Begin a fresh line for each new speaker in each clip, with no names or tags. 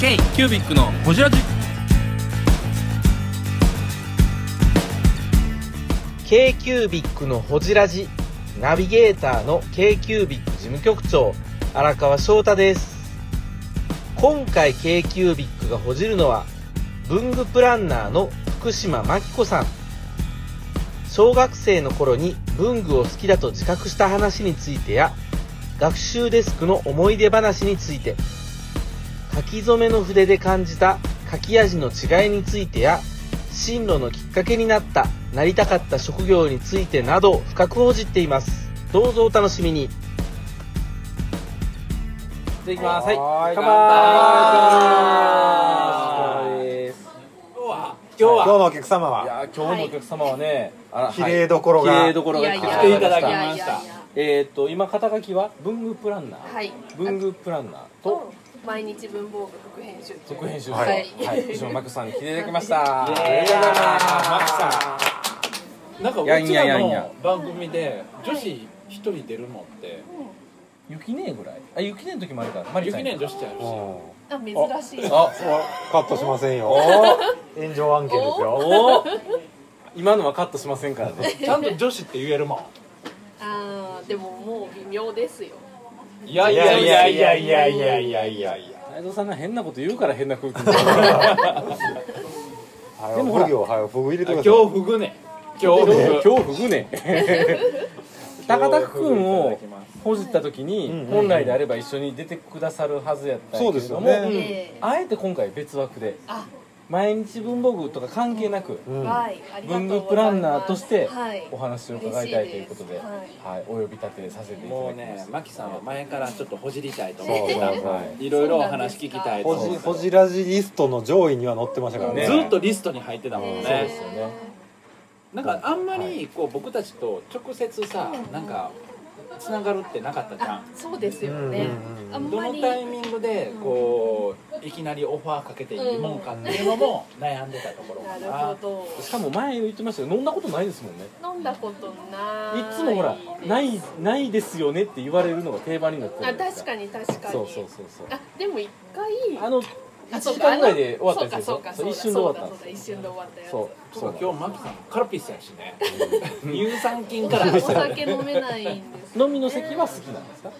ケイキュービックのホジラジ
k c キュービッのほじラジ。ナビゲーターの k c キュービッ事務局長、荒川翔太です。今回 k c キュービッがほじるのは、文具プランナーの福島真紀子さん。小学生の頃に文具を好きだと自覚した話についてや、学習デスクの思い出話について、書き初めの筆で感じた書き味の違いについてや、進路のきっかけになったなりたかった職業についてなど深く報じっていますどうぞお楽しみにいただきますはい
はーい
乾
乾杯
杯
今日のお客様
い
は
やー今日のお客様はね、あら
綺麗どころ
綺
が、
麗どころ
い
が
や
来
い
て
や
い
来てい
た
た
だ
だ
き
き
ま
ま
した
した
やいやいや
えっと今肩書きは文具プランナー
はい
文具プランナーと
毎日文房具副編集長
特編集長、
は
はいい、石野真子さんに来ていただきました。あり
イ
が
エーイ
とうございま
マキ
んなんかう
やん
ち
やや
ら
んや
の番組で女子一人出るのって
雪姉ぐらい。あ、雪姉の時もあるから。マリちゃ
雪
ん。
年女子ちゃう
うん
し
あ珍しい
あ、
カットしませんよ炎上案件ですよ
おお。今のはカットしませんからね。
ちゃんと女子って言えるも
あーでももう微妙ですよ
んいや
い
い
や
や
い
い
や
や
い
い
や
や
いやいやいやいやいや
内藤さんが変なこと言うから変な空気になる。
はよ
でもほら
ふぎをはよふぐ入れてく
今
だ
日
さい
ふぐね今日ふぐ
今日ふぐね。高田くんをほじった時
うんうん
に
うん
本来であれば一緒に出てくださるはずやったんやけれども、
そうですよね
ええ
あえて今回別枠で
あ
毎日文房具とか関係なく、
うん
はいありがとう
文
ございます
具プランナーとして
はい
お話を伺いたいということで、
嬉しいです
はい、お呼び立てさせていただき
もう
ま
ね
す。
マキさんは前からちょっとほじりたいと
そ
思
う
っ
そ
て
う
た
そう
いろいろお話聞きたいと
ほ
思
じ
って
ほじラジリストの上位には載ってましたからね
ね
ずっとリストに入ってたもん
ええ
そうです
ね
よね
なんかあんまりこう僕たちと直接さなんかつながるってなかったじゃ
あ
ん
そうですよね
うんうんうん
あん
ど
ま
の
り
タイミングでこういきなりオファーかけていいもんかっていうのも悩んでたところか
なる
な
ほ
しかも前言ってましたけど飲んだことないですもんね
ど飲んだことな
い
い
つもほら「な
で
い
す
ないですよね」って言われるのが定番になって
あ
るじゃないです
確かに確かに
そうそうそうそう
あでも一回
あの
あ
1
そう
時
か
間ぐらいで終わったやつでし
そ
ょ
うか
そ
そう
う
か
一
そう
瞬で終
か
わったんで
そうだそうだ一瞬で終わったや
す
つ
そう
そ
そうう
か今日マキさんカルピスやしね乳酸菌
お
から
酒お酒飲めないんです
飲みの席は好きなんですか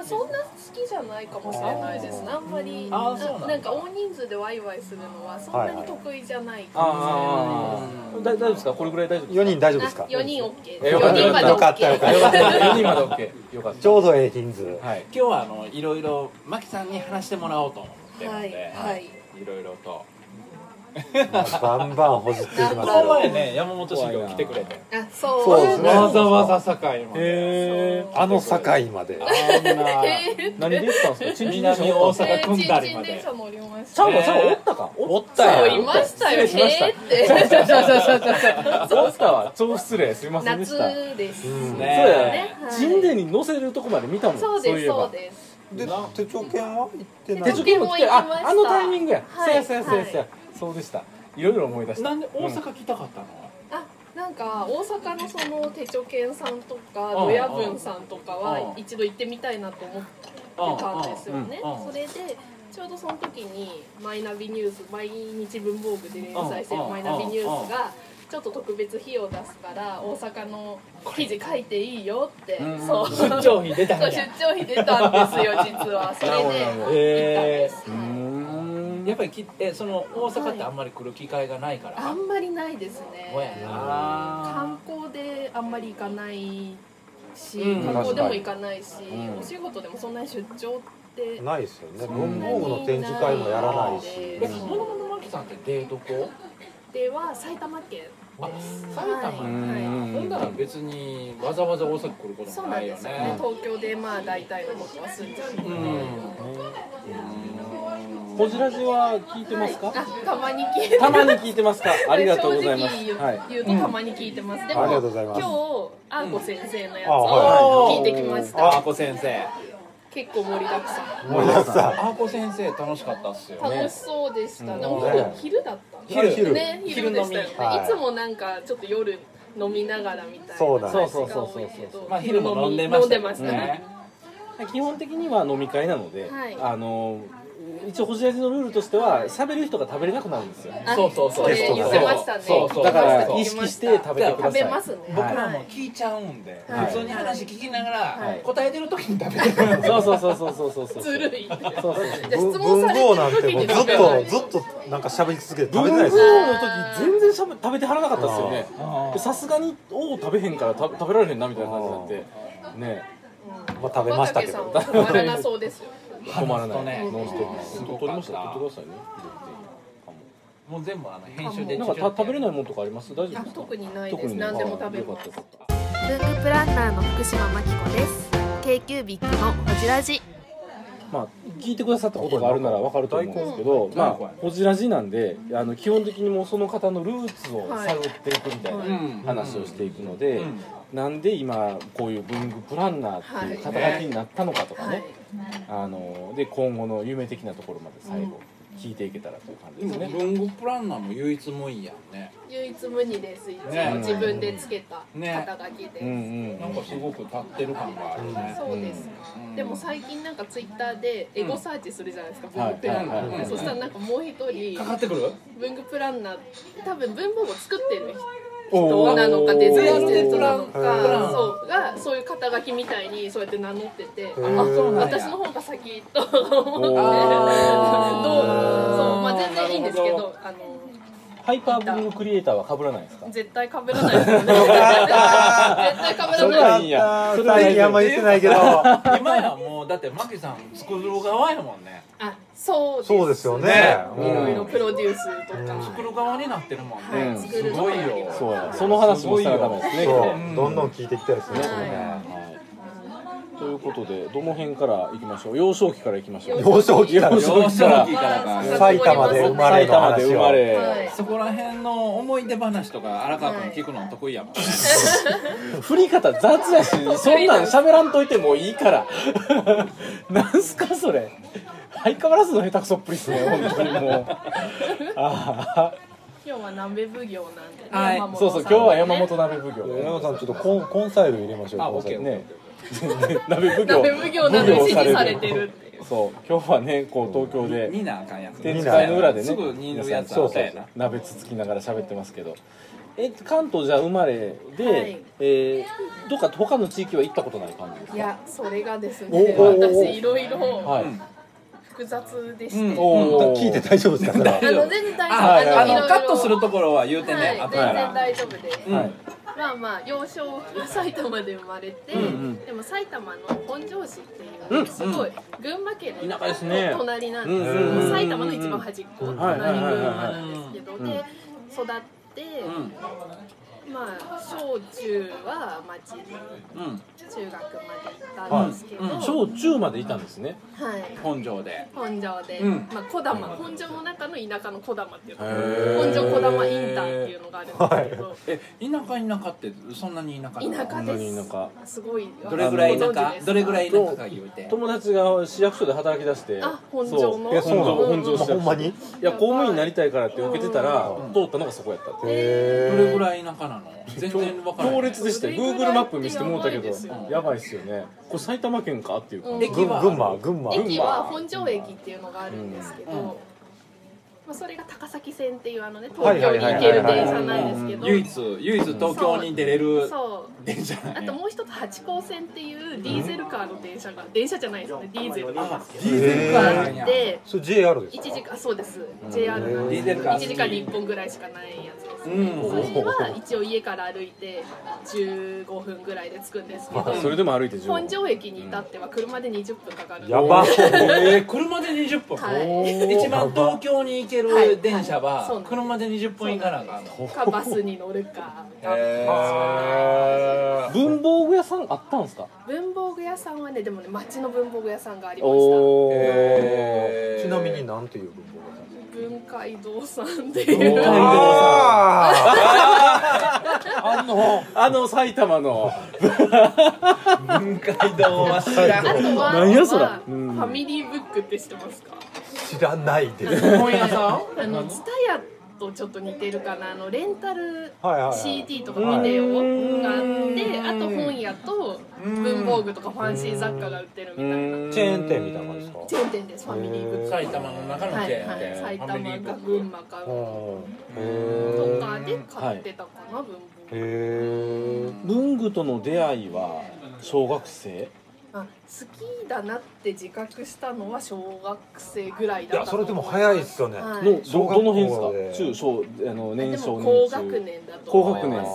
うんそんな好きじゃないかもしれないですねあんまり
あーそうなんだ
んか大人数でワイワイするのはそんなに得意じゃないかも
ああ大丈夫ですかこれぐらい大丈夫
4人大丈夫で
しれない
すか
あ4人
え
OK
よかった
4人まで
よ
かったよか
OK
っ
よかった4人まで OK よかった
ちょうどええ人数
はい
今日はあのいろいろマキさんに話してもらおうと思ってるので、
はいはい
ろいろと
バンバンほじっていき
バ
ます
ンバ
この
よ
前ね山本修行来てくれて
あそう
そうですね
わざわざ堺ま
へ
で
ー
あの堺まで
あんな
何で言ったんですかチンチン電車
南
お
大
ったんで
阪
すか
えー
組ん
ち
だ
ん
り
ちん
まで
電車乗りまし
ちゃ
た
うかちゃうかお
ね
ったか
おったやん
そういましたよへ
失礼しま
ーって
おったわ超失礼すみませんでした
夏です
うん
そう
ね
や
ねはい
神殿に載せるとこまで見たもん
そう
い
です
えば
そうです
で手帳券は行ってな
手
い
帳券も来てる
手帳券も行きまし
あ
た
あのタイミングや、
はい
そうやそうやそうやそうや、
は
そうでしたいろいろ思い出した
なんで大阪来たかったの、
あなんか大阪のその手帳犬さんとかドヤ文さんとかは
うん
一度行ってみたいなと思ってたんですよね
うんうん
それでちょうどその時にマイナビニュース毎日文房具で連載してるマイナビニュースがちょっと特別費用出すから大阪の記事書いていいよって
うん
そう
出
そう
張費出たん
出
や
張費出たんですよ実はそれ
な
で
るほ
行っ
ど
たん
へー
です
うー
はい
ん
やっぱりきえその大阪ってあんまり来る機会がないから、
あんまりないです
そうや
ね
な
観光であんまり行かないし、
うん
観光でも行かないし、
うん
お仕事でもそんなに出張って
ないですよね
そん
文
な
房
に
具の展示会もやらない
ない
し
え本物のマキさんってデートこ
では埼玉県
あ
です
埼玉
う
は
ー
いはい
ん
ほんなら別にわざわざ大阪来ること
そ
も
うな
なんいよね
ですよね東京でまあ大体のことはするんですけど
うん
ホジラジは聞いてますか、
あたまに聞いて
たまに聞いてますかありがとうございま
正
す
直言う,、
はい
とたまに聞いてます、でも
ありがとうございます
今日あんこ先生のやつ
あ
を
は
聞いてきました、
ああこ先生
結構盛りだくさん
森田さ
あこ先生楽しかったっすよ
楽
ね
しそうでした、
うん
でも
ね
昼昼だった
昼昼
ね昼でしたよね、
昼飲みはい
い、つもなんかちょっと夜飲みながらみたいな
そうだね
話が多いけど
まあ昼も飲んでましたけど
飲んでましたね
ね
基本的には飲み会なので、
はい
あの一応ホジラジのルールとしては喋る人が食べれなくなるんですよ
あ
そうそうそう
それ言ってましたね
そうそう
だから
そう
意識して食べてくだ
食
さい
べますね
僕ら
は
も
い
聞いちゃうんで、
はい
普通に話聞きながら、
はい
答えてる時に食べてる、
そうそうそうそうそうそうそう
ずるい
そうそう
じゃあ質問
文
され
豪なん
て
て
る時
もう
に
ず
食べない
っとずっとなんか喋り続けて食べ
文豪の時
てないですよ
全然しゃべ食べてはらなかったですよね
あー
でさすがに「おお食べへんから食べ食べられへんな」みたいな感じになってね
まあ食べましたけ
さん
ど
は止まらなそうですよ
困らな
話
い、
すとね
ノンストップ
す
本
ご
当
か
取り
っ
ました
た
取ってくださいね
もう全部あの編集で
なんかた食べれないものとかあります大
い
丈
や
夫ですか
特にないで
特
す
にない
何でも食べま
あよ
す
かった
文具プランナーの福島真紀子です k q b i c のホジラジ
まあ、聞いてくださったことがあるならわかると思うんですけど、まあ、ほじらじなんであの基本的にもうその方のルーツを
はい
探っていくみたいな
うん
話をしていくので、なんで今こういう文具プランナーっていう肩書きになったのかとか
は
ね
い、
あので今後の夢的なところまで最後聞いていけたらという感じですね。
文具プランナーも唯一無二やんね
唯一無二です一応
ね
自分でつけた
ね
肩書きで
うんうん
なんかすごく立ってる感があるね
そうですか、
うん
でも最近なんかツイッターでエゴサーチするじゃないですか、
ん
文具プランナー、
はいはいはい
そしたらなんかもう一
かか
人
ってくる
文具プランナー多分文房具を作ってる
お
人
ー
なのかデザインしてる人なの
へー
かそうがそういう肩書きみたいにそうやって名乗ってて
へー
あそうなんや
私の方が先と思ってどうそう
あー
まあ全然いいんですけ
なる
どあの
ハイパー文具クリエイターは被らないですか？
絶対被らないですよね絶対被
それ
らない
はいいや。それはい
最
い
近あ
や
んま言ってないけど
今やもうだってマキさん作る側やもんね
あそう
そうですよね
ね
うん
いろいろプロデュースとか、
作る側になってるもんね、
うん
すごいよ
そうや。その話もしたらダメですね。
そう
今日
ん
どんどん聞いていきたいですねそれね
はい、ということでどの辺から行きましょう幼少期から行きましょう
幼少期から
幼少期から
幼少期から
まあ
埼玉で生まれの
埼玉で
話
生
を
まれ、
はい
そこら辺の思い出話とか荒川君聞くの得意やもんね、
振り方雑やしそんなん喋らんといてもういいから なんすかそれ相変わらずの下手くそっぷりっすね本当にもうあ
今日は鍋奉行なんで、ね
はい
山
あ
本
そう
さ
そうん今日は山本鍋奉行
山本さんちょっとコンコンサイル入れましょう
あ
コ
オ
ン
ッ
サ
ケ
イ
ー
ル
オッケーオッ
ね
ケー
鍋奉行
鍋奉行なのに支持されてるっていう
そう今日はねこう東京で、
見なあかんやつ
天使会の裏でね
すぐ煮るやつあ
そう
っ
そ
た
う
や
そう
な
鍋つつきながら喋ってますけどえ関東じゃ生まれで、
はい
えーどっか他の地域は行ったことない感じです
い
か
やそれがです
お
ね
おお
私いろいろ
はい、
うん
複雑で
う
し
ん
て、
おー
聞いて大丈夫ですかそれ
あの全然大
あ
丈夫
あ
いろい
の
ろ
カットするところは言うて
はい
ね、後か
全然
ら
大丈夫で、
うん
はい
まあまあ幼少期埼玉で生まれて、
んうん
でも埼玉の本庄市っていう、
うん
すごい群馬県の
田舎ですね
隣なん
う
で
ん
す、
うんうんうん
埼玉の一番端っこ、
うん
はいはい
隣
はい
群馬
はい
なんですけど、
うん
で育って、まあ小中は町に
うんうん
中学まで行ったんですけど、
はいうん
小中までいたんですね
はい
本庄で
本庄で、
うん
まあ小玉本庄の中の田舎の小玉っていうのが
へー
本庄小玉インターっていうのがあるんですけど、
え田舎田舎ってそんなに田舎なの
田舎です
こんなに
すごい
どれぐらい
ご
田
存知で
舎
す
どれぐらい田舎が言うて
友達が市役所で働き出して
あ本庄
そ
の
う
えそうなの
本庄本庄市役所
ほんまに
いや公務員になりたいからって受けてたら
うん
通ったのがそこやったって
へ
ど
ー
れぐらい田舎なの全然わからな
強
い
烈でしたよ
どれ
Google
ぐらい
マップ見せてもうたけど
ってや
やば
ばいですよ
いっすよねこれ埼玉県かっていう感じ、
うん
群群馬群馬
駅
群馬
は本庄駅っていうのがあるんですけど、
うんうん
まあ、それが高崎線っていうあのね
は
東
い
京
はい
に
はい
行
はい
ける電車なんですけど、
唯一唯一東京に出れる
そう
電車な
あ
んや
ともう一つ八高線っていうディーゼルカーの電車が電車じゃないですよねディーゼルが
あディーゼルカー
あ
なん
っ
や
て
それ JR です
一
か
時間そうです JR なん
ディ
で
ーゼルカー
1時間に1本ぐらいしかないやつ
う
です、
ん
それは一応家から歩いて15分ぐらいで着くんですけど
あそれでも歩いて10分
本庄駅に至っては車で20分かかるんで
やば
えー車で20分
はい
一番東京に行ける電車
はいそう
は
なんです
車で20分以下なんか
かバスに乗るか
へ
文房具屋さんあったんですか
文房具屋さんはねでもね町の文房具屋さんがありまし
おお、
ちなみになんていう文法だったんですか
た文化移動さんっていう
おー
は
あのあの埼玉の
文化移動は知ら
いあとは
なんやそれ
まあ
うん
ファミリーブックって知ってますか
知らないです
本屋さん
あの蔦屋とちょっと似てるかなあのレンタル
はいはいはい
CD とかビデオがあってあと本屋と文房具とかファンシー雑貨が売ってるみたいな
チェーン店みたいな感じですか
チェーン店ですファミリーグッ
へ
ズ
埼玉の中の
は
チ
い
ェーン
はい
店
埼
ファミリー
玉
グ
か
ッズ
群馬かと
へ
かで買ってたかな文房
えへ
具
え
文具との出会いは小学生
あ好きだなって自覚したのは小学生ぐらい
い
だっ
や
た
それでも
と思
早い
ま
ですすよね、
はい
のど
小学
ど
校
の辺
で
ですか中小あの
で
年
も
少年
高学
中
年だと
高
思
学
い
年
ます
う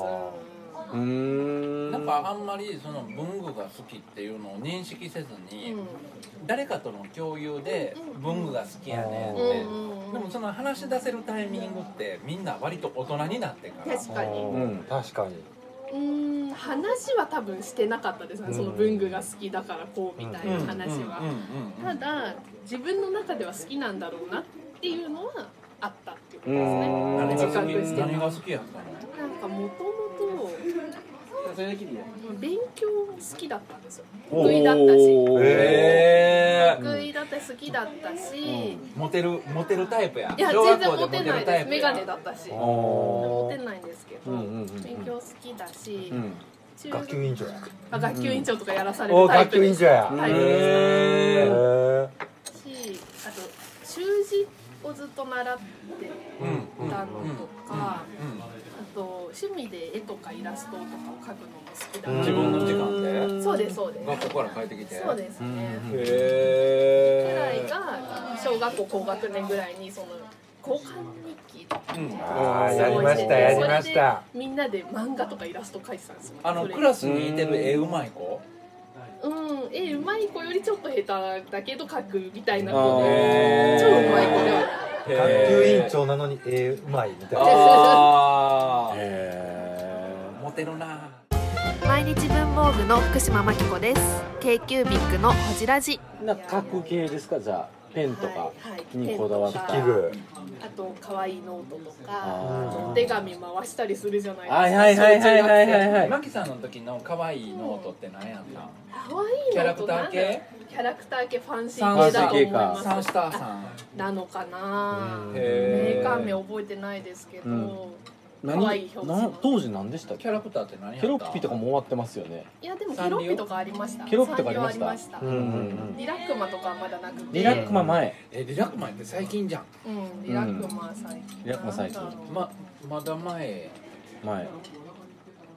ーん
なんかあんまりその文具が好きっていうのを認識せず
うん
に、誰かとの共有で文具が好きやねんって、
うんうんうん
でもその話し出せるタイミングってみんな割と大人になってから
確かに
うん
確かに
うーん話は多分してなかったですね、その文具が好きだからこうみたいな話は、
うんうんうんう
た
ん
だ自分の中では好きなんだろうなっていうのはあったっていうこ
う
とです
ーん
ね
何
自
が好
覚
き
してた
何
な
が
ん
好きやったの
かもともと勉強好きだったんですよ
お
得意だったし
ー
え
得意だったし好きだったし、い
モテるモテるタイプや
や
小
全
学
然
校で
モ
モテ
テない
るタ
で
イ
す
プや
メガネだったし
あ
モテ
ー
ないんですけど、
うんうんうんうん
勉強好きだし、
うん
中
学級委員長や
あ学級委員長とかやらされ
おー
るタイ
学
プ
級委
で
員
す
長や
タイプです
へ
へー
え
しあと習字をずっと習って
うんうんうん
たのとか、あと趣味で絵とかイラストとかを描くのも好きだな
自分の時間で
そうですそうです
学校から帰ってきて
そうですね
へ
ぐらい
え
が小学校高学年ぐらいにその交換日記とか
うん
ああやりましたやりました
それでみんなで漫画とかイラスト描いてたんですよ
あの
それ
クラスにいてる絵うまい子
うん絵うまい子よりちょっと下手だけど描くみたいな子
あ
で
ー
超うまい子では
学級委員長なのにえーうまいみたいな
ああ
へ
モテるな
毎日文房具の福島真紀子です k q b i c のほじラジ
ーなんか書く系ですかじゃあペンとか
はいはい
にこだわった
ペン
器
とか
具
あと可愛いノートと
あ
か
ー
お手紙回したりするじゃないですか。
はいはいはいはいはいはいはい
マキさんの時の可愛いノートって何やった
可愛い
キャ
ノ
ラ
ート
ク
な
タ
んだ
ー系
キャラクター系ファンシ
サ
ー
ン
系
スタ
だと思い
あ
ま
ー
す。
サンスターさん
なのかな。メ
へ
ー
ー
カー名覚えてないですけど、
うん
可愛い表紙
な当時何でしたっ
キ
け
ャラクターって何やった
ケロッピとかも終わってますよね
いやでも
サン
ケ
リ
ロ
オ
ッピとかありました。
ケロッピとかありま
サ
し
ン
た
リオありました。
うんうんうん
リラックマとかはまだなくて、
リラックマ前
えリラックマンって最近じゃん
うんリラックマ最近、
リラックマ最近
なんだろう
ままだ前
前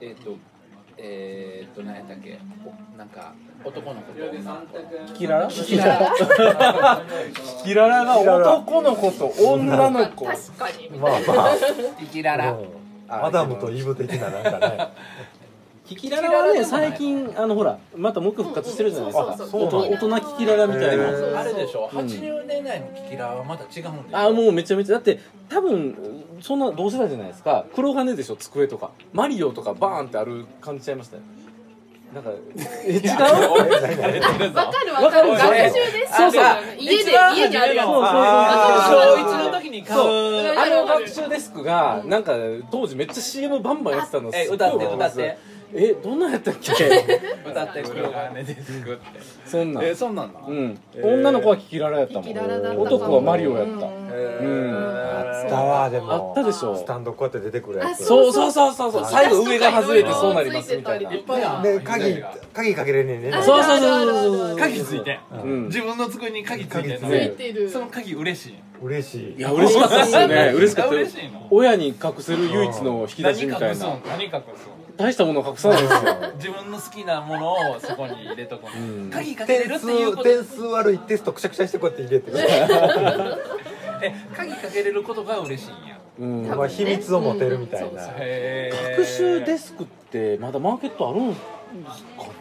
えっ、とえっ、と何やったっけおなんか男の子と女の子
キララ
キララ
キララが男の子と女の子
確かに。
まあ ま
キラ
あ
ラ
うんマダムとイブ的ななんかね
キキララはね最近あのほらまたもう一回復活してるじゃないですか
そう
そうそう
大人大人キキララみたい
へ
な
ー
あれでしょ、
うん
80年代のキキララはまた違うんでしょ
あもうめちゃめちゃだって多分そんな同世代じゃないですか黒羽でしょ机とかマリオとかバーンってある感じちゃいましたよなんかえ違う
わかるわかる。
わ
学
かる
習です。
そうそう
家で家にあるやつ。
そうそうそう
わかるわかる
小一の時に買う
そうあの学習デスクがなんか当時めっちゃ CM バンバンやってたの
え
すっごい
歌って
覚えます
歌って
えどんなんやったっけ
歌って黒金ですくって
そんなん
えそうなんだ、
うん女の子はキキララやったも
キキ
ん
ララだったかも
男はマリオやった
うん
うん
だわでも
あったでし
ス
ょ
タンドこうやって出てくるやつ
そうそうそうそうそう最後上が外れてそうなりますみたいな
つて
いっぱいある
で鍵鍵かけれねえね
あ
そうそうそうそうそう
鍵ついて
うん
自分の机に鍵ついてんの
鍵
ついてる。
その鍵嬉しい
嬉しい
いや嬉しかったです よね嬉しかったよ
嬉しいの
親に隠せる唯一の引き出
何
しみ
隠
たい
すの
な
何隠すの
大したもの隠さないですよ
自分の好きなものをそこに入れとこう、
うん
鍵かけれる
点
っていうこ
数
と
点数悪いテストくしゃくしゃしてこうやって入れて
え鍵かけれることが嬉しいんや
うん
まあ秘密を持てるみたいな
へー
学習デスクってまだマーケットあるんです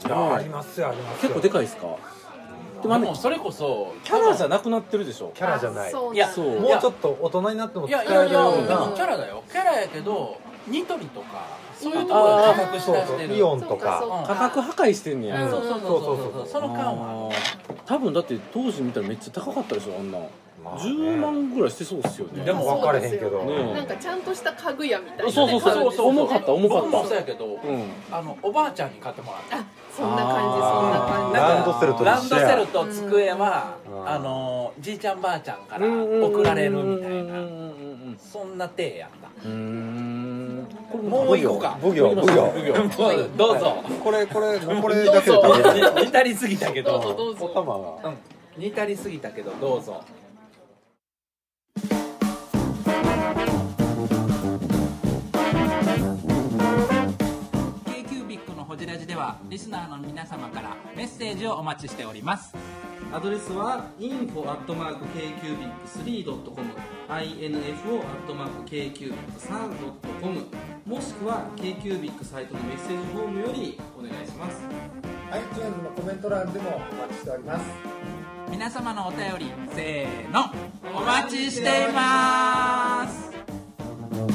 あ
か
あり
ね
ますよありますよ
結構でかいですか
で
で
も
も
あ
あ
の
の
それこそ
キャラじゃなくなってるでしょ
キャラじゃないも
そう
いや
そう
うちょっと大人になって
い
も使
やい
え
やい
る
や
よ
う
うんな
キャラだよキャラやけどニトリとかそういうとこ
あ
ろ
ー
で価格し
そ
出
う
し
そう
てる
イオンとか
そう
うん
価格破壊してんねや、
うん
そうそうそうそうそうその間は
あー多分だって当時見たらめっちゃ高かったでしょあんな、
まあね
10万ぐらいしてそうっすよね
でも
分かれへんけど
ね
なんかちゃんとした家具屋みたいなね。
そうそうそう
感じですね
重かった重か
僕も
っ
そうやけど
たうん
あのおばあちゃんに買ってもらった
あ、そんな感じそんな感
あー
じ。
ランドセルと一緒や
ランドセルと机は
うん
あのじいちゃんばあちゃんから
うん
送られるみたいな
うんうんうんうん
そんんな体やった
うーん
もう一個か
奉行奉行
奉行
どうぞ
これこれこれだけで食べれる
似たりすぎたけ
どうぞ
ど
どう
お
ぞ
玉が
うん似たりすぎたけどどうぞのホジラジではリスナーの皆様からメッセージをお待ちしております
アドレスは info.kcubic3.com info.kcubic3.com もしくは KQBIC サイトのメッセージフォームよりお願いします
iTunes のコメント欄でもお待ちしております
皆様のお便りせーのお待ちしています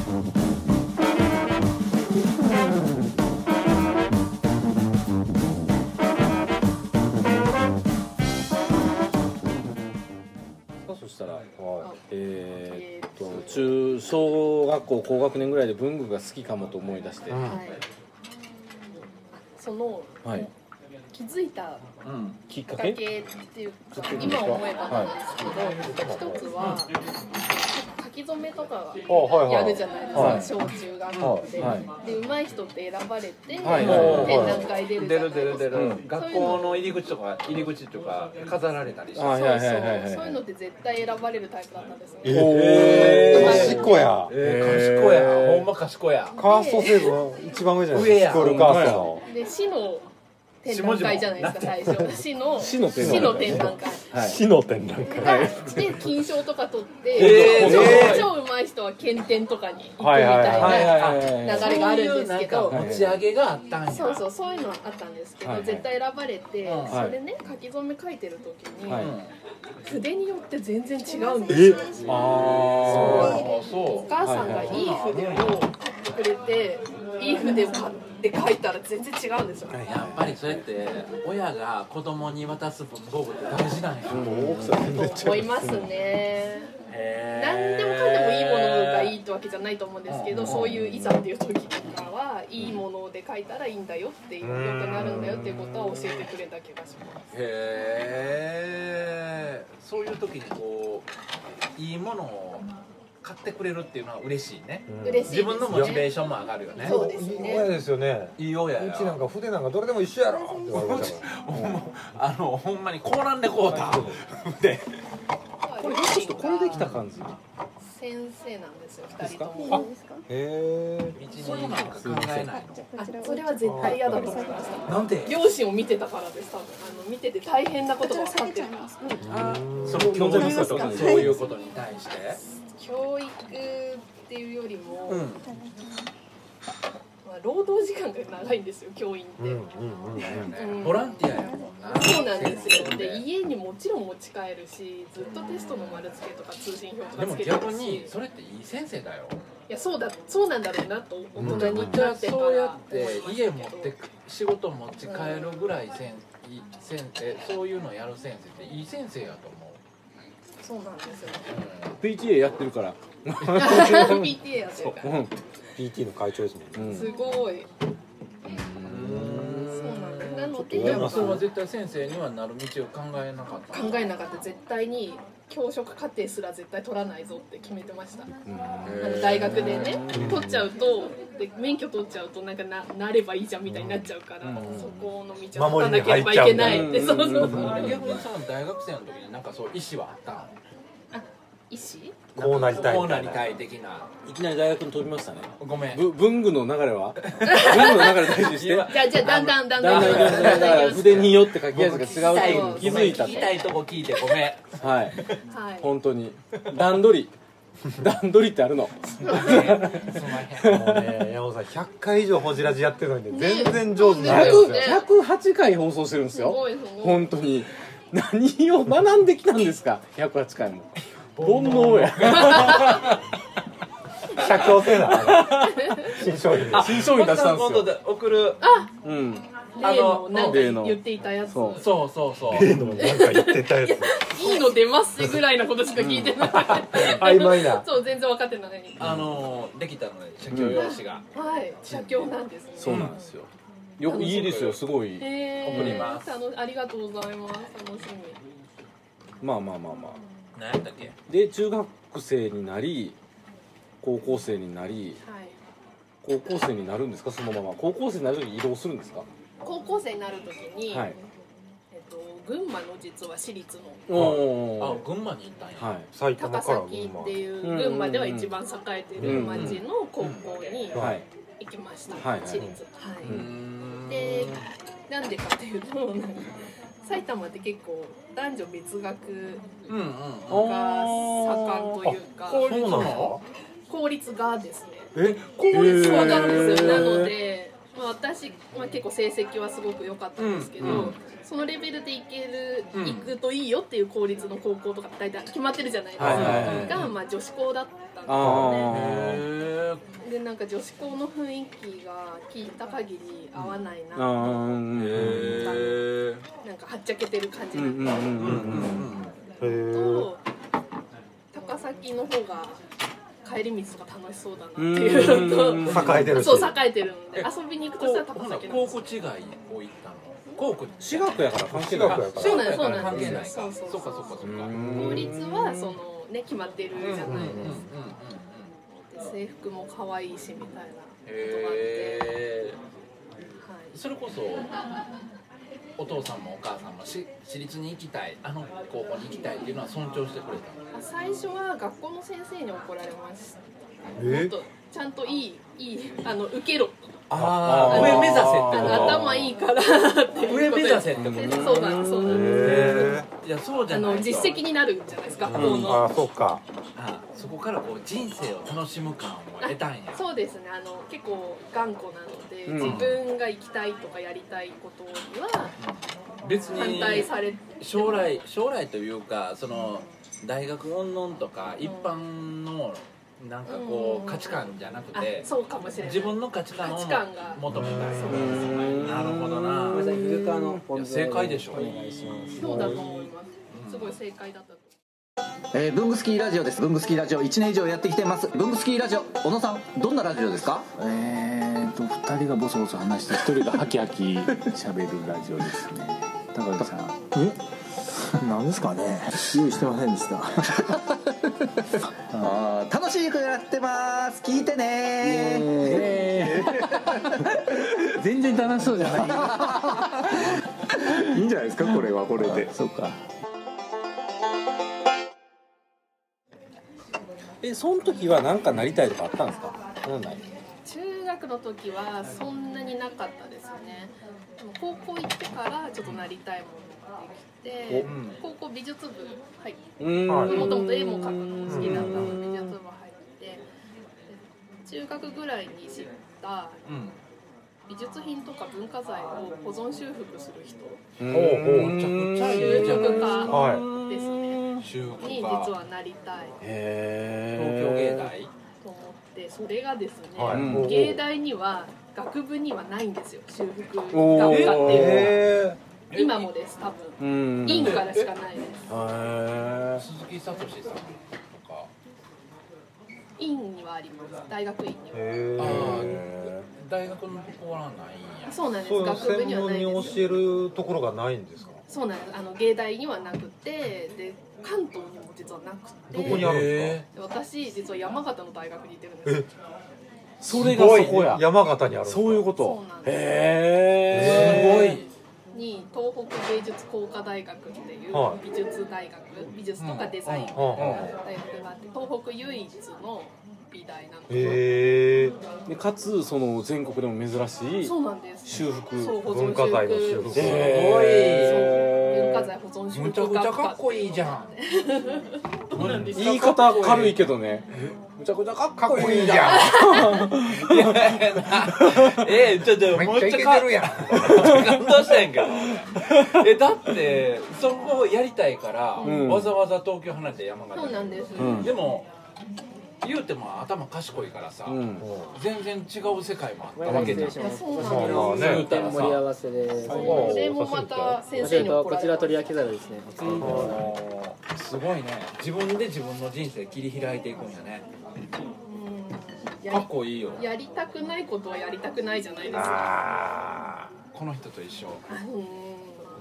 そしたら、えーっと中小学校高学年ぐらいで文具が好きかもと思い出して、
うん
はいその
はい
気づいた
うん
きっ
き
か
っかけ
け
っていうか今思えばなんですけど、一つは書き初めとか
あはいはい
やるじゃないですか、
はい
小中学校で、
はい
で上手い人って選ばれて、
はい
はい
展覧会出るじ
出
ゃない
る出
で
る
す
出
か
る、
うん
学校の入り口とか入り口とか飾られたりして
あはいはいはいはい
そうそうそういうのって絶対選ばれるタイプだったんですよね
え
ー
ー賢や
えー、賢いやほんま賢いや
カースト制度の一番上じゃないですかスクールカーストの
で市の展覧会じゃないですか最初市の
市の展覧会
展覧会
はい
死の展覧会
で金賞とか取って、
えー
超超上手い人は検定とかに行くみ
はいはい
たいな、
はいはい
流
はい
れがあるんです
そ
けど
ういうなんか持ち上げがあったんや
そうそうそういうのはあったんですけど、
はいはい
絶対選ばれて、
うん
それね書き初め書いてる時に、
はい
筆によって全然違うんですよ
あ
そうそ
お母さんがいい筆を買ってくれて、い、い筆を買って書いたら全然違うんですよ、
うやっぱりそうやって親が子供に渡す文房具って大事なんや、
と思いますね何
へ
でもかんでもいいものがいいってわけじゃないと思うんですけど、
うん
そういういざっていう時とかはいいもので書いたらいいんだよっていう良くなるんだよっていうことは教えてくれた気がします
へえそういう時にこういいものを買ってくれるっていうのは嬉しいね
嬉しいです
自分のモチベーションも上がるよね
そうですね
いい親ですよね
いい親
う
や
ちなんか筆なんかどれでも一緒やろって言われましたから
ほんまあのほんまにこうなんでこうたで
これ
ちょっとこれできた感じ
先生なんですよ2人とも
へえ
そういうのなんか考えない
あそれは絶対嫌だと思いました
のなんで
両親を見てたからです多分あの見てて大変なことが分かってるから
その教育とかそういうことに対して
教育っていうよりも、
うん
まあ、労働時間が長いんですよ教員って、
うんうんうんうん
うん
ボランティアやもんな
そうなんですよで
で
家にもちろん持ち帰るしずっとテストの丸付けとか通信表とか
も
つけてるし
逆にそれっていい先生だよ
いやそうだそうなんだろうなと大人に
じゃ
な
あ
ってから
そうやって
思いましたけ
家
ど
持ってく仕事持ち帰るぐらいせんい先生そういうのやる先生っていい先生やと思
そうなんですよ
PTA やってるから
PTA やってるか
う
ら
ん
PT の会長ですもんね
うん
すごい
うん
そうなんですなの
で
で
も
ま
それは
あ
絶対先生にはなる道を考えなかった
考えなかった絶対に教職課程すら絶対取らないぞって決めてましたあの大学でね取っちゃうとで免許取っちゃうとなんかななればいいじゃんみたいになっちゃうから、そこの道を立たなければいけないってそう
守りに
そ
入
う
っちゃう
そう
逆にその大学生の時になんかそう意思はあった
医師
こうなりたい
こう
み
な
た
り
いな
たい的ない
きなり大学に飛びましたね
ごめん
ぶ文具の流れ は文具の流れ大事にして
今
じゃあじゃあだんだんだん
だ
だ
ん
ん
だんだんだんだん筆によって書き味が違うっていうのに気づいた
聞きたいとこ聞いてごめん
とはい
はい
本当に段取り段取りってあるの
すんまへん
もうね山本さん100回以上ホジラジやってるのにね
ね
全然上手にな
そ
いうで
です
よ
ね
108回放送してるんです
すご
よ
いすごい
本当に何を学んできたんですか108回も煩悩や
社長制だ新商品
新商品出したんで
今
す
度
よ
で送る
うん
例のなん
例の
か言っていたやつ
そ
そうそうそう
例のなんか言ってたやつ
いいの出ますぐらいのことしか聞いてない
曖昧な
そう全然分かってない
あのーできたので社協用紙が
はい写経なんですね
そうなんですよよいいですよすごい
へー
送ります
楽ありがとうございます楽しみ
まあまあまあまあ
何やったっけ
で中学生になり高校生になり
はい
高校生になるんですかそのまま高校生になる時に移動するんですか
高校生になる時に、
はい
えっと、群馬の実は私立の
お
あ
お
群馬に行ったんや、
はい
埼玉
高
から
崎
群馬
っていう
うん
群馬では一番栄えてる町の高校に
はい
行きました、
はい
私立、は
う
うー
ん
ん
い、でなんでかっていうとなんか埼玉って結構男女別学
うんうん
お
うん
が盛んというか
そうなの
公立がですね
え
公立がな
へ
ん
ー
ですよなので、まあ、私、まあ、結構成績はすごく良かったんですけど、
うんうん
そのレベルでいける、
うん
行くといいよっていう公立の高校とかって大体決まってるじゃないですか、
はいはいはい
が、まあ、女子校だったんですよね
あ
へ
でなんか女子校の雰囲気が聞いた限り合わない
あ
な、
あうんうん
え
なんかはっちゃけてる感じ
う
だっ
んう
た、
ん
うんうん
へー
と高崎の方が帰り道とか楽しそうだなって
うん
いうのと、
栄えてるし
そう栄えてるので
え
遊びに行くとしたら
ほ
高
な
崎なんで
校
す
区違いを行ったの校区
私学やから関係
私
ない
学やから
そうなんですそうなん
関係な
で
い
す
か
そう
そっかそっかそっか
うん
法律はそのね決まってるじゃないですか、
う
で制服も可愛いしみたいなことがあって、
へえ
はい
それこそお父さんもお母さんもし私立に行きたいあの高校に行きたいっていうのは尊重してくれたの
あ最初は学校の先生に怒られましたもっ
え
とちゃんといいいいあの受けろ
あ
ー
上目指せってこ
あ
と
の頭いいからっていうこと
上目指せってこと
先生そうなんそうなんです
い
へ
やそうじ
あ
ゃない
の
と
実績になるんじゃないですか学校
ー
の、
あそうか
あそこからこう人生を楽しむ感を得たんや
そうですねあの結構頑固なので、
うん
自分が行きたいとかやりたいことには
別
反対されて
将来将来というかその大学云々とか一般のなんかこ
うん
う価値観じゃなく
あ
て
そうかもしれない
自分の価値観を
価値観が
求めたい
そう
なるほどな
ごめんなさい、フルカーのポ
い
ン
や
酢を
正解でしょ
お願いします。
そうだと思いますすごい正解だったと
えー、ブングスキーラジオですブングスキーラジオ1年以上やってきてますブングスキーラジオ小野さんどんなラジオですか
えーと2人がボソボソ話して1人がハキハキ喋るラジオですね高橋さん
えなんですかね用意してませんでした あー楽しい曲やってます聞いてね
全然楽しそうじゃない
いいんじゃないですかこれはこれで
そうか
えその時は何かなりたいとかあったんですかなんない
中学の時はそんなになかったですねでも高校行ってからちょっとなりたいものができて高校美術部入って
うん
はい
もともと絵も描くのも好きだったので美術部入ってで中学ぐらいに知った
うん
美術品とか文化財を保存修復する人
おう
おう
めちゃくちゃいいじゃ
修
ない
復
ですか
はい
家ですね
中国
に実
か
はなりたい
へ
東京芸大
と思ってそれがですね、
はい
うん
芸大には学部にはないんですよ修復学
お
科っていうのは
へ
今もです多分
うん
院からしかないです
へ
鈴木聡さんとか
院にはあります大学院には
へ
あ
ー
ー大学のとこはないんや
そうなんです
そういう
学部に
専
はな
門
い
に教
んです
え
よ
るところがないんですか
そうなんですあの芸大にはなくてで関東にも実はなくて
どこにあるんですか
で私実は山形の大学に行ってるんですよ
それがそこや
山形にあるんですか
そういうこ
そ
と
うなんです
へ
す
に東北芸術工科大学っていう
は
美術大学美術とかデザイン
うん
大
はあはあ
学があって東北唯一の美大なので
へえ
ごいでかつその全国でも珍しい
そうなんです
修復
そう保存
文化財の修復
修復文化財保存修
ごいむちゃ
復
くちゃかっこ
い
いいじゃ ん
言い方軽いけどねむちゃくちゃかっこいいじゃん
えちょっと
めっちゃイケてるやん
感動したんやけど俺えだってそこをやりたいから、
ん
わざわざ東京離れて山形
そうなんです、
ん
でも言うても頭賢いからさ、
うん
全然違う世界もあったわけじゃん
いやそうなん
まあ
です
まあ
言う
ね
たらさ
わせです
それもまた先生に怒られます
上げざるですね
もうすごいね自分で自分の人生切り開いていくんやね
うんや
かっ
り
こいいよ
やりたくないことはやりたくないじゃないですか
この人と一緒
うん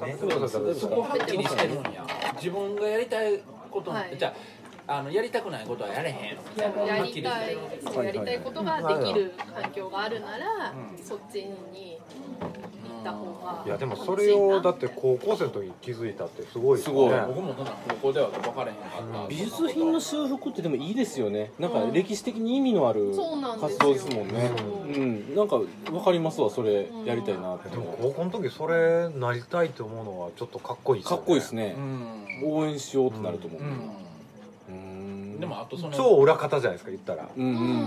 ねそうそうそう
そこはっきりしてるんや自分がやりたいこと、
はい
じゃああのやりたくないことはやれへんみたいなのを
や
はっきり
り
した
た
い
いそうやりたいことができる環境があるなら、そっちに行った方が
いやでもそれをだって高校生の時に気づいたってすごいです
すごい
僕もそんな高校では分かれへんかった
美術品の修復ってでもいいですよねなんか歴史的に意味のある
そうなんですよ
活動ですもんねうん、なんか分かりますわそれやりたいなって
でも高校の時それなりたいと思うのはちょっとかっこいい
かっこいいです
ね
ね
う、ん
応援しようってなると思う、う
うんんでもあとその
超裏方じゃないですか言ったら
うんうんうんうんうん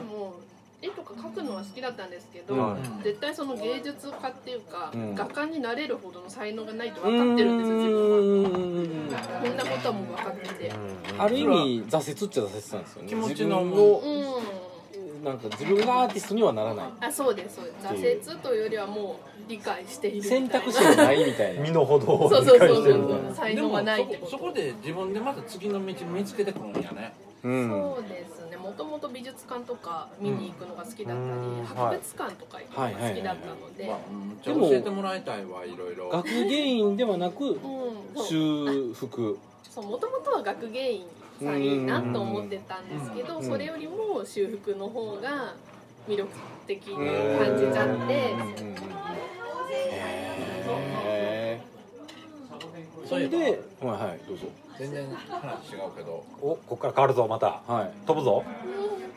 でも絵とか描くのは好きだったんですけど、
うん
うん
絶対その芸術家っていうか、
うん
画家になれるほどの才能がないと
う
分かってるんですよ自分は
んうんうん
こんなことはもう分かってて
ある意味挫折っちゃ挫折なんですよね
気持ちの
自分を
うん
なんか自分がアーティストにはならない
あそうですそうです挫折というよりはもう理解しているみたい
選
な
択肢がないみたいな
身の程を
そう
理
そう
解
そう
し
そ
てるみたいう
才能がないって
でも
こ
そこ
と
そこで自分でまた次の道見つけてくるんやね
うん
そうですねもともと美術館とか見に行くのが好きだったり、
うん
博物館とか行くのが好きだったので、
まあうんめっちゃ
でも
教えてもらいたいわいろいろ
学芸員ではなく
うんそう
修復
そうもともとは学芸員さんいいなと思ってたんですけど、
うん
それよりも修復の方が魅力的に感じちゃって、
うんうんうんへーそ
そうい
れ
えば
ではいはいどうぞ
全然話違うけど
おこっから変わるぞまた
はい
飛ぶぞ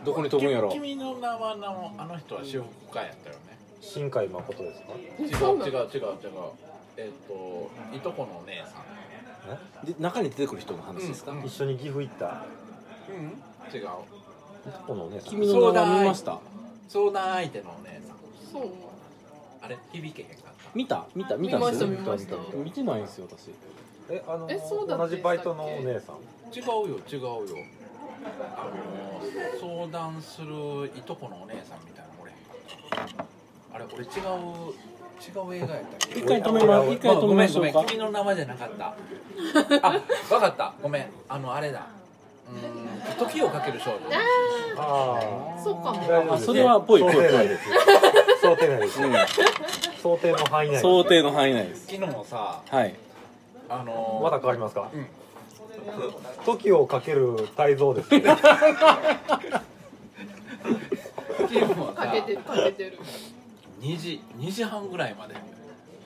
どこに飛ぶんやろ
君の名はのあの人は修復家やったよね
新海誠ですか
違う
そうな
違
の
う違う違うえっといとこのお姉さん
で中に出てくる人の話ですか
うん
一緒に岐阜行った
うん違う
男のお姉さん
君の名は見ました
相談相手のお姉さん
そう
あれ響けへんかった
見た見た見たんですよ
見ました見ました
見てないんですよ私
えあの
えそうだった
同じバイトのお姉さん
違うよ違うよあの相談するいとこのお姉さんみたいなのおれへんかったあれ俺違う違う映画やったっけ
一回止めます一回止
ご
め
め
ま
ん
し
ご
ょ
め
うんか
君の名前じゃなかったあわかったごめんあのあれだうーん時をかける少女
あ
そうかも
あ大丈夫です
それはぽい
想定
ぽ
内
い
です想定内です想定の範囲内
想定の範囲内です
昨日さ
はい
あの
まだ変わりますか
うん
時をかける泰造で すね
昨日は
かけて
さ
るかけてる
2時2時半ぐらいまで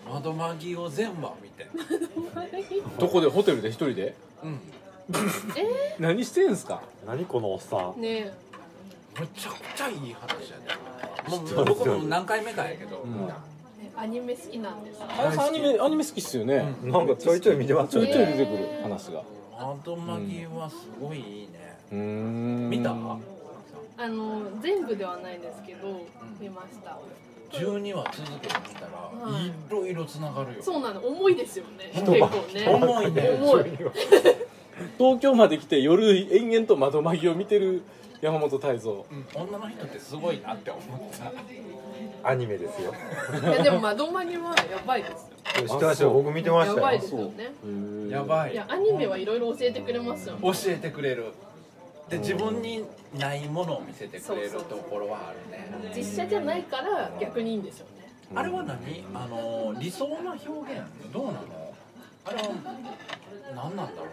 窓マギを全話見て
どこでホテルで一人で
うん
何してんすか
何このおっさん
ね
めちゃくちゃいい話やで もう僕も何回目かやけど、
ん
えねアニメ好きなんですね
林さんアニメアニメ好きっすよね、
うん
なんかちょいちょい見てます
ちょいちょい出てくる話が
窓マギはすごいいいね、
うーん
見た
あの全部ではないですけど見ました
12話続けて見たら、
はい
い、ろいろつながるよ
そうなの重いですよね結構ね
重いね
重い
東京まで来て夜延々と窓紛を見てる山本泰造
うん女の人ってすごいなって思った
アニメですよ
いやでも窓マギはやばいです
知ってましたよ僕見て
よ
ま
や
し
ば
た
い
よ
ですよね
やばい
いやアニメはいろいろ教えてくれますよね
教えてくれるで自分にないものを見せてくれる
そうそ
と
う
ころはあるね
実写じゃないから逆にいいんですよね
あれは何あの理想の表現どうなのあれは何なんだろ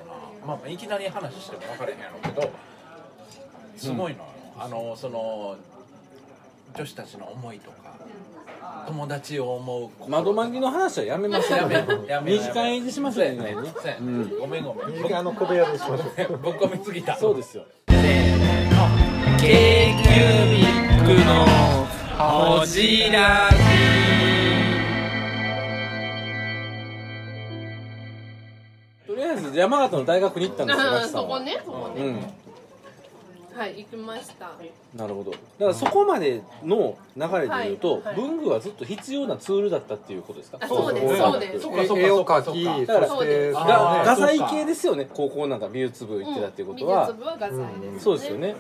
うな、まあ、いきなり話しても分かれへんやろうけどすごいのよ、あのその女子たちの思いとか友達を思う
窓紛の
話
話はやめましょう
やめやめやめ
二次会にしましょうね
そうやねごめんごめん
二時間の小部屋でしましょう
ぶっ込みすぎた
そうですよ
k q b i c のほじらじ
とりあえず山形の大学に行ったんで すよ
あー
林さ
そ
ん
こ
は、
ねそこ
う
ね、
ん
はい行きました
なるほどだからそこまでの流れで言うと、
はいはい
文具はずっと必要なツールだったっていうことですか
あそうですそうです
そうかそうか
絵
そ
を
うか
描
そう
き
か
そ
だから
して
そうです
が
あー
画材
そうか
系ですよね高校なんか美術部行ってたっていうことは、
うん美術部は画材です、ね
そうですよね
し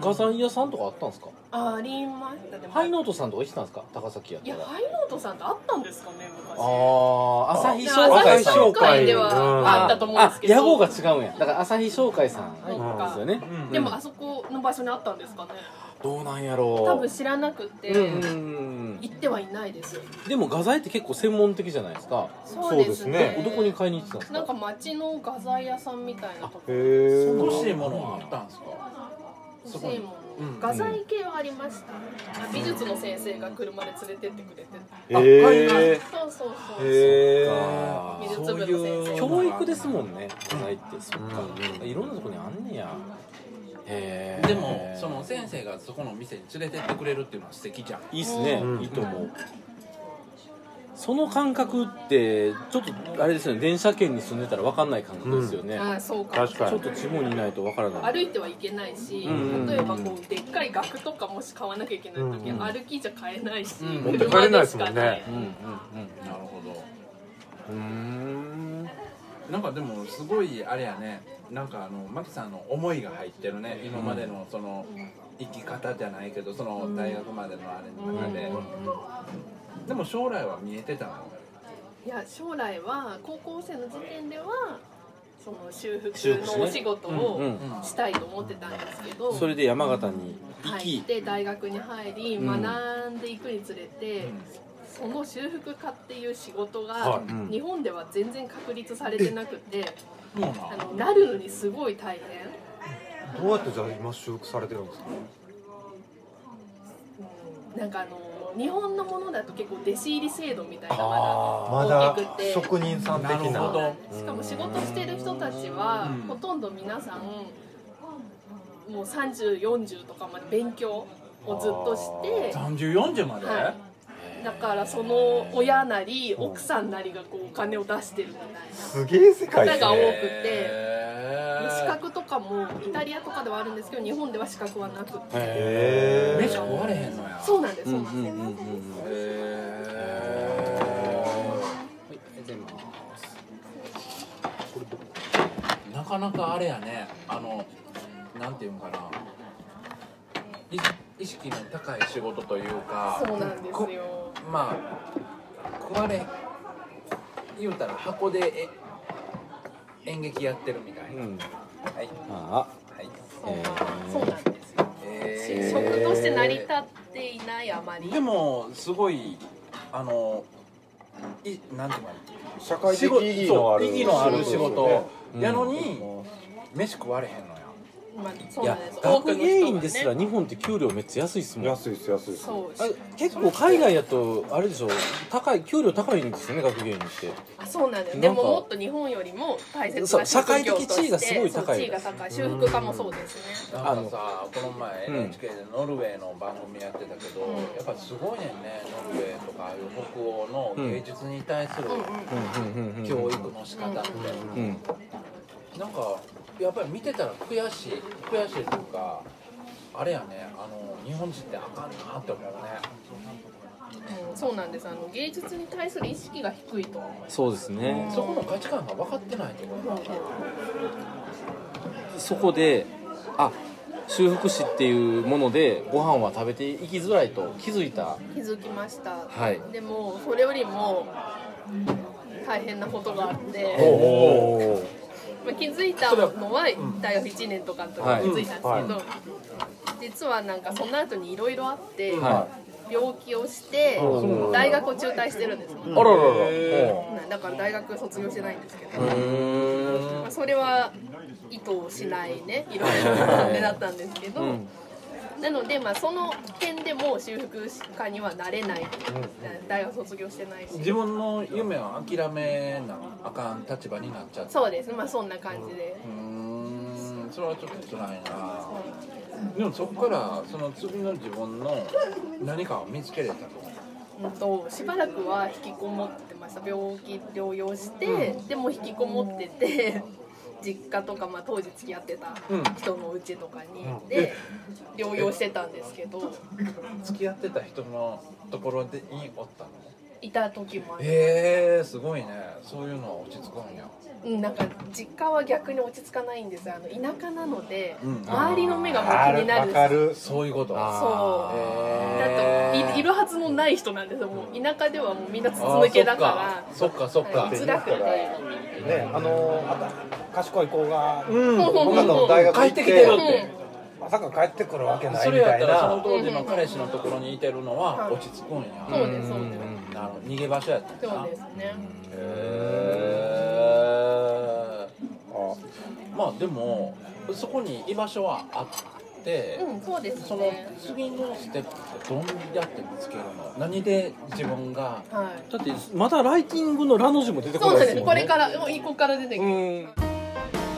画材屋さんとかあったんですか
ありましたでも
ハイノートさんとか行ってたんですか高崎やっ
い
た
や
ら
ハイノートさんってあったんですかね昔
ああ朝日
朝
商会
日
さん
商会で
うん
はあったと思うんですけど
あ屋号が違うんやだから朝日商会さん
そっ
で
か
すよね、
でもあそこの場所にあったんですかね
どうなんやろう
多分知らなくて、
うんうんうん
行ってはいないです
でも画材って結構専門的じゃないですか
そうですね
どこに買いに行ってたんですか
なんか町の画材屋さんみたいなとこ
へ
そ
ー
の欲しいものはあったんですか
欲しいも
うん
の画材系はありました、あ美術の先生が車で連れてってくれて
へー
そうそうそう、
へ
あ
美
ー
術部の先生
教育ですもんね画材ってそっか、いろんなとこにあんねやへえ
でもその先生がそこの店に連れてってくれるっていうのは素敵じゃん
いいっすね、
うん
いいと思うその感覚ってちょっとあれですよね電車圏に住んでたら分かんない感覚ですよね、
ああそうか
確か
ちょっ
に
と地方にいないと分からない
歩いてはいけないし、
うん
例えばこうでっかい額とかもし買わなきゃいけない時、
うん
歩きじゃ買えないし、
うん
持って帰れないですも
車
ん
しかない
ね
うんうん
なるほど
うんうん
なんかでもすごいあれやねなんかあのマキさんの思いが入ってるね今までのその生き方じゃないけどその大学までのあれの中ででも将来は見えてたの
いや将来は高校生の時点ではその修
修
復
復
の
ね
お仕事
う
を
ん
したいと思ってたんですけど、
それで山形に行
入っ
き
て大学に入り
うん
学んでいくにつれて、その修復家っていう仕事
はい
が
うん
日本では全然確立されてなくて
もう
あ
な
のなるのにすごい大変
どうやってじゃあ今修復されてるんですか
うんなんかあの日本のものだと結構弟子入り制度みたいなま
あ
ま
だ
だ
大きくて
職人さん的
なるほ
な
ど
しかも仕事してる人たちは
うん
ほとんど皆さんもう3040とかまで勉強をずっとして
3040まで、
はだからその親なり奥さんなりがこうお金を出してるみたい
すげえ世界で
な
す
方が多く
ね
て
へー
資格とかもイタリアとかではあるんですけど日本では資格はなくて
へ
飯
ー
壊れへんのや
そうなんです
うん
そううんな
うんん
で
う
す
んうん
なかなかあれやねあのなんていうんかない意識の高い仕事というか
そうなんですよ
まあ食われ言うたら箱でえ演劇やってるみたいな、
うん
はい
あ
はい
そう
へー
そうなんですよ
え
し職として成り立っていないあまり
でもすごいあのいなんていうか
社会的意義のある
そう意義のある仕
そうですよ
事
ね
やのに、飯食われへんのや
まあ、そ
あ
う
い
なん
や
です多く
学
の
芸
人
員
が
ですら
ね
日本って給料めっちゃ安いっすもん
安いです安いです
そう
あ結構海外やとあれでしょ高い給料高いんですよね学芸員って
あそうなんです
なんか
でももっと日本よりも大切な
そう社会的
職業として
地位がすごい高い
そう地位が高い修復家もそうですね
なんかさこの前
うん
NHK でノルウェーの番組やってたけど、
ん
やっぱすごいねんねノルウェーとかああいう北欧の芸術に対する
うんうん
教育の仕方みたいな、
うん
なんかやっぱり見てたら悔しい悔しいというかあれやねあの日本人ってあかんなって思うね
うんそうなんですあの芸術に対する意識が低いと思います
そうですね
そこの価値観が分かってないところ
そこであ修復師っていうものでご飯は食べていきづらいと気づいた
気づきました、
はい
でもそれよりも大変なことがあって、
おー
まあ、気づいたのは大学1年とかの時に気づいたんですけど、
はいうんは
実はなんかその後にいろいろあって、
は
病気をして大学を中退してるんですね、
あらららら
だから大学卒業してないんですけど、
うーん
まあ、それは意図しないねいろいろなあれだったんですけど、
うん
なのでまあその点でもう修復家にはなれない、大学卒業してないし
自分の夢を諦めなあかん立場になっちゃって
そうですまあそんな感じで
うーんそれはちょっと辛いなでもそこからその次の自分の何かを見つけれたと
うんとしばらくは引きこもってました病気療養して、でも引きこもってて 実家とか、まあ、当時付き合ってた人の家とかに、で療養してたんですけど
付き合ってた人のところでにおったの
いた時もある
へえー、すごいねそういうのは落ち着くんや
うんなんか実家は逆に落ち着かないんですあの田舎なので、
うん
周りの目が
あ
もう気
る
にな
わ
る
かる
そういうこと
そ
あ
うだといいるはずのない人なんですよもう田舎ではもうみんな筒抜けだから
そっかそっか
はい
そっ
辛くて
ねあのーあた賢い子が
そうそう
僕ら
そう
の大学
か帰
行
ってきてるって
う
あさか帰ってくるわけない
そ
み
れや
た
っ
い
たらその
な
当時の彼氏のところにいてるのは落ち着くんや
そうですそうです
なるほど逃げ場所やったんや
そ
な
うですね
へーまあでもそこに居場所はあって、
うんそうですね
その次のステップってどうやって見つけるの何で自分が
はい
だってまたライティングのラの字も出てこ
そう
ない
な
です
んです
もんね
これからもうここから出てきて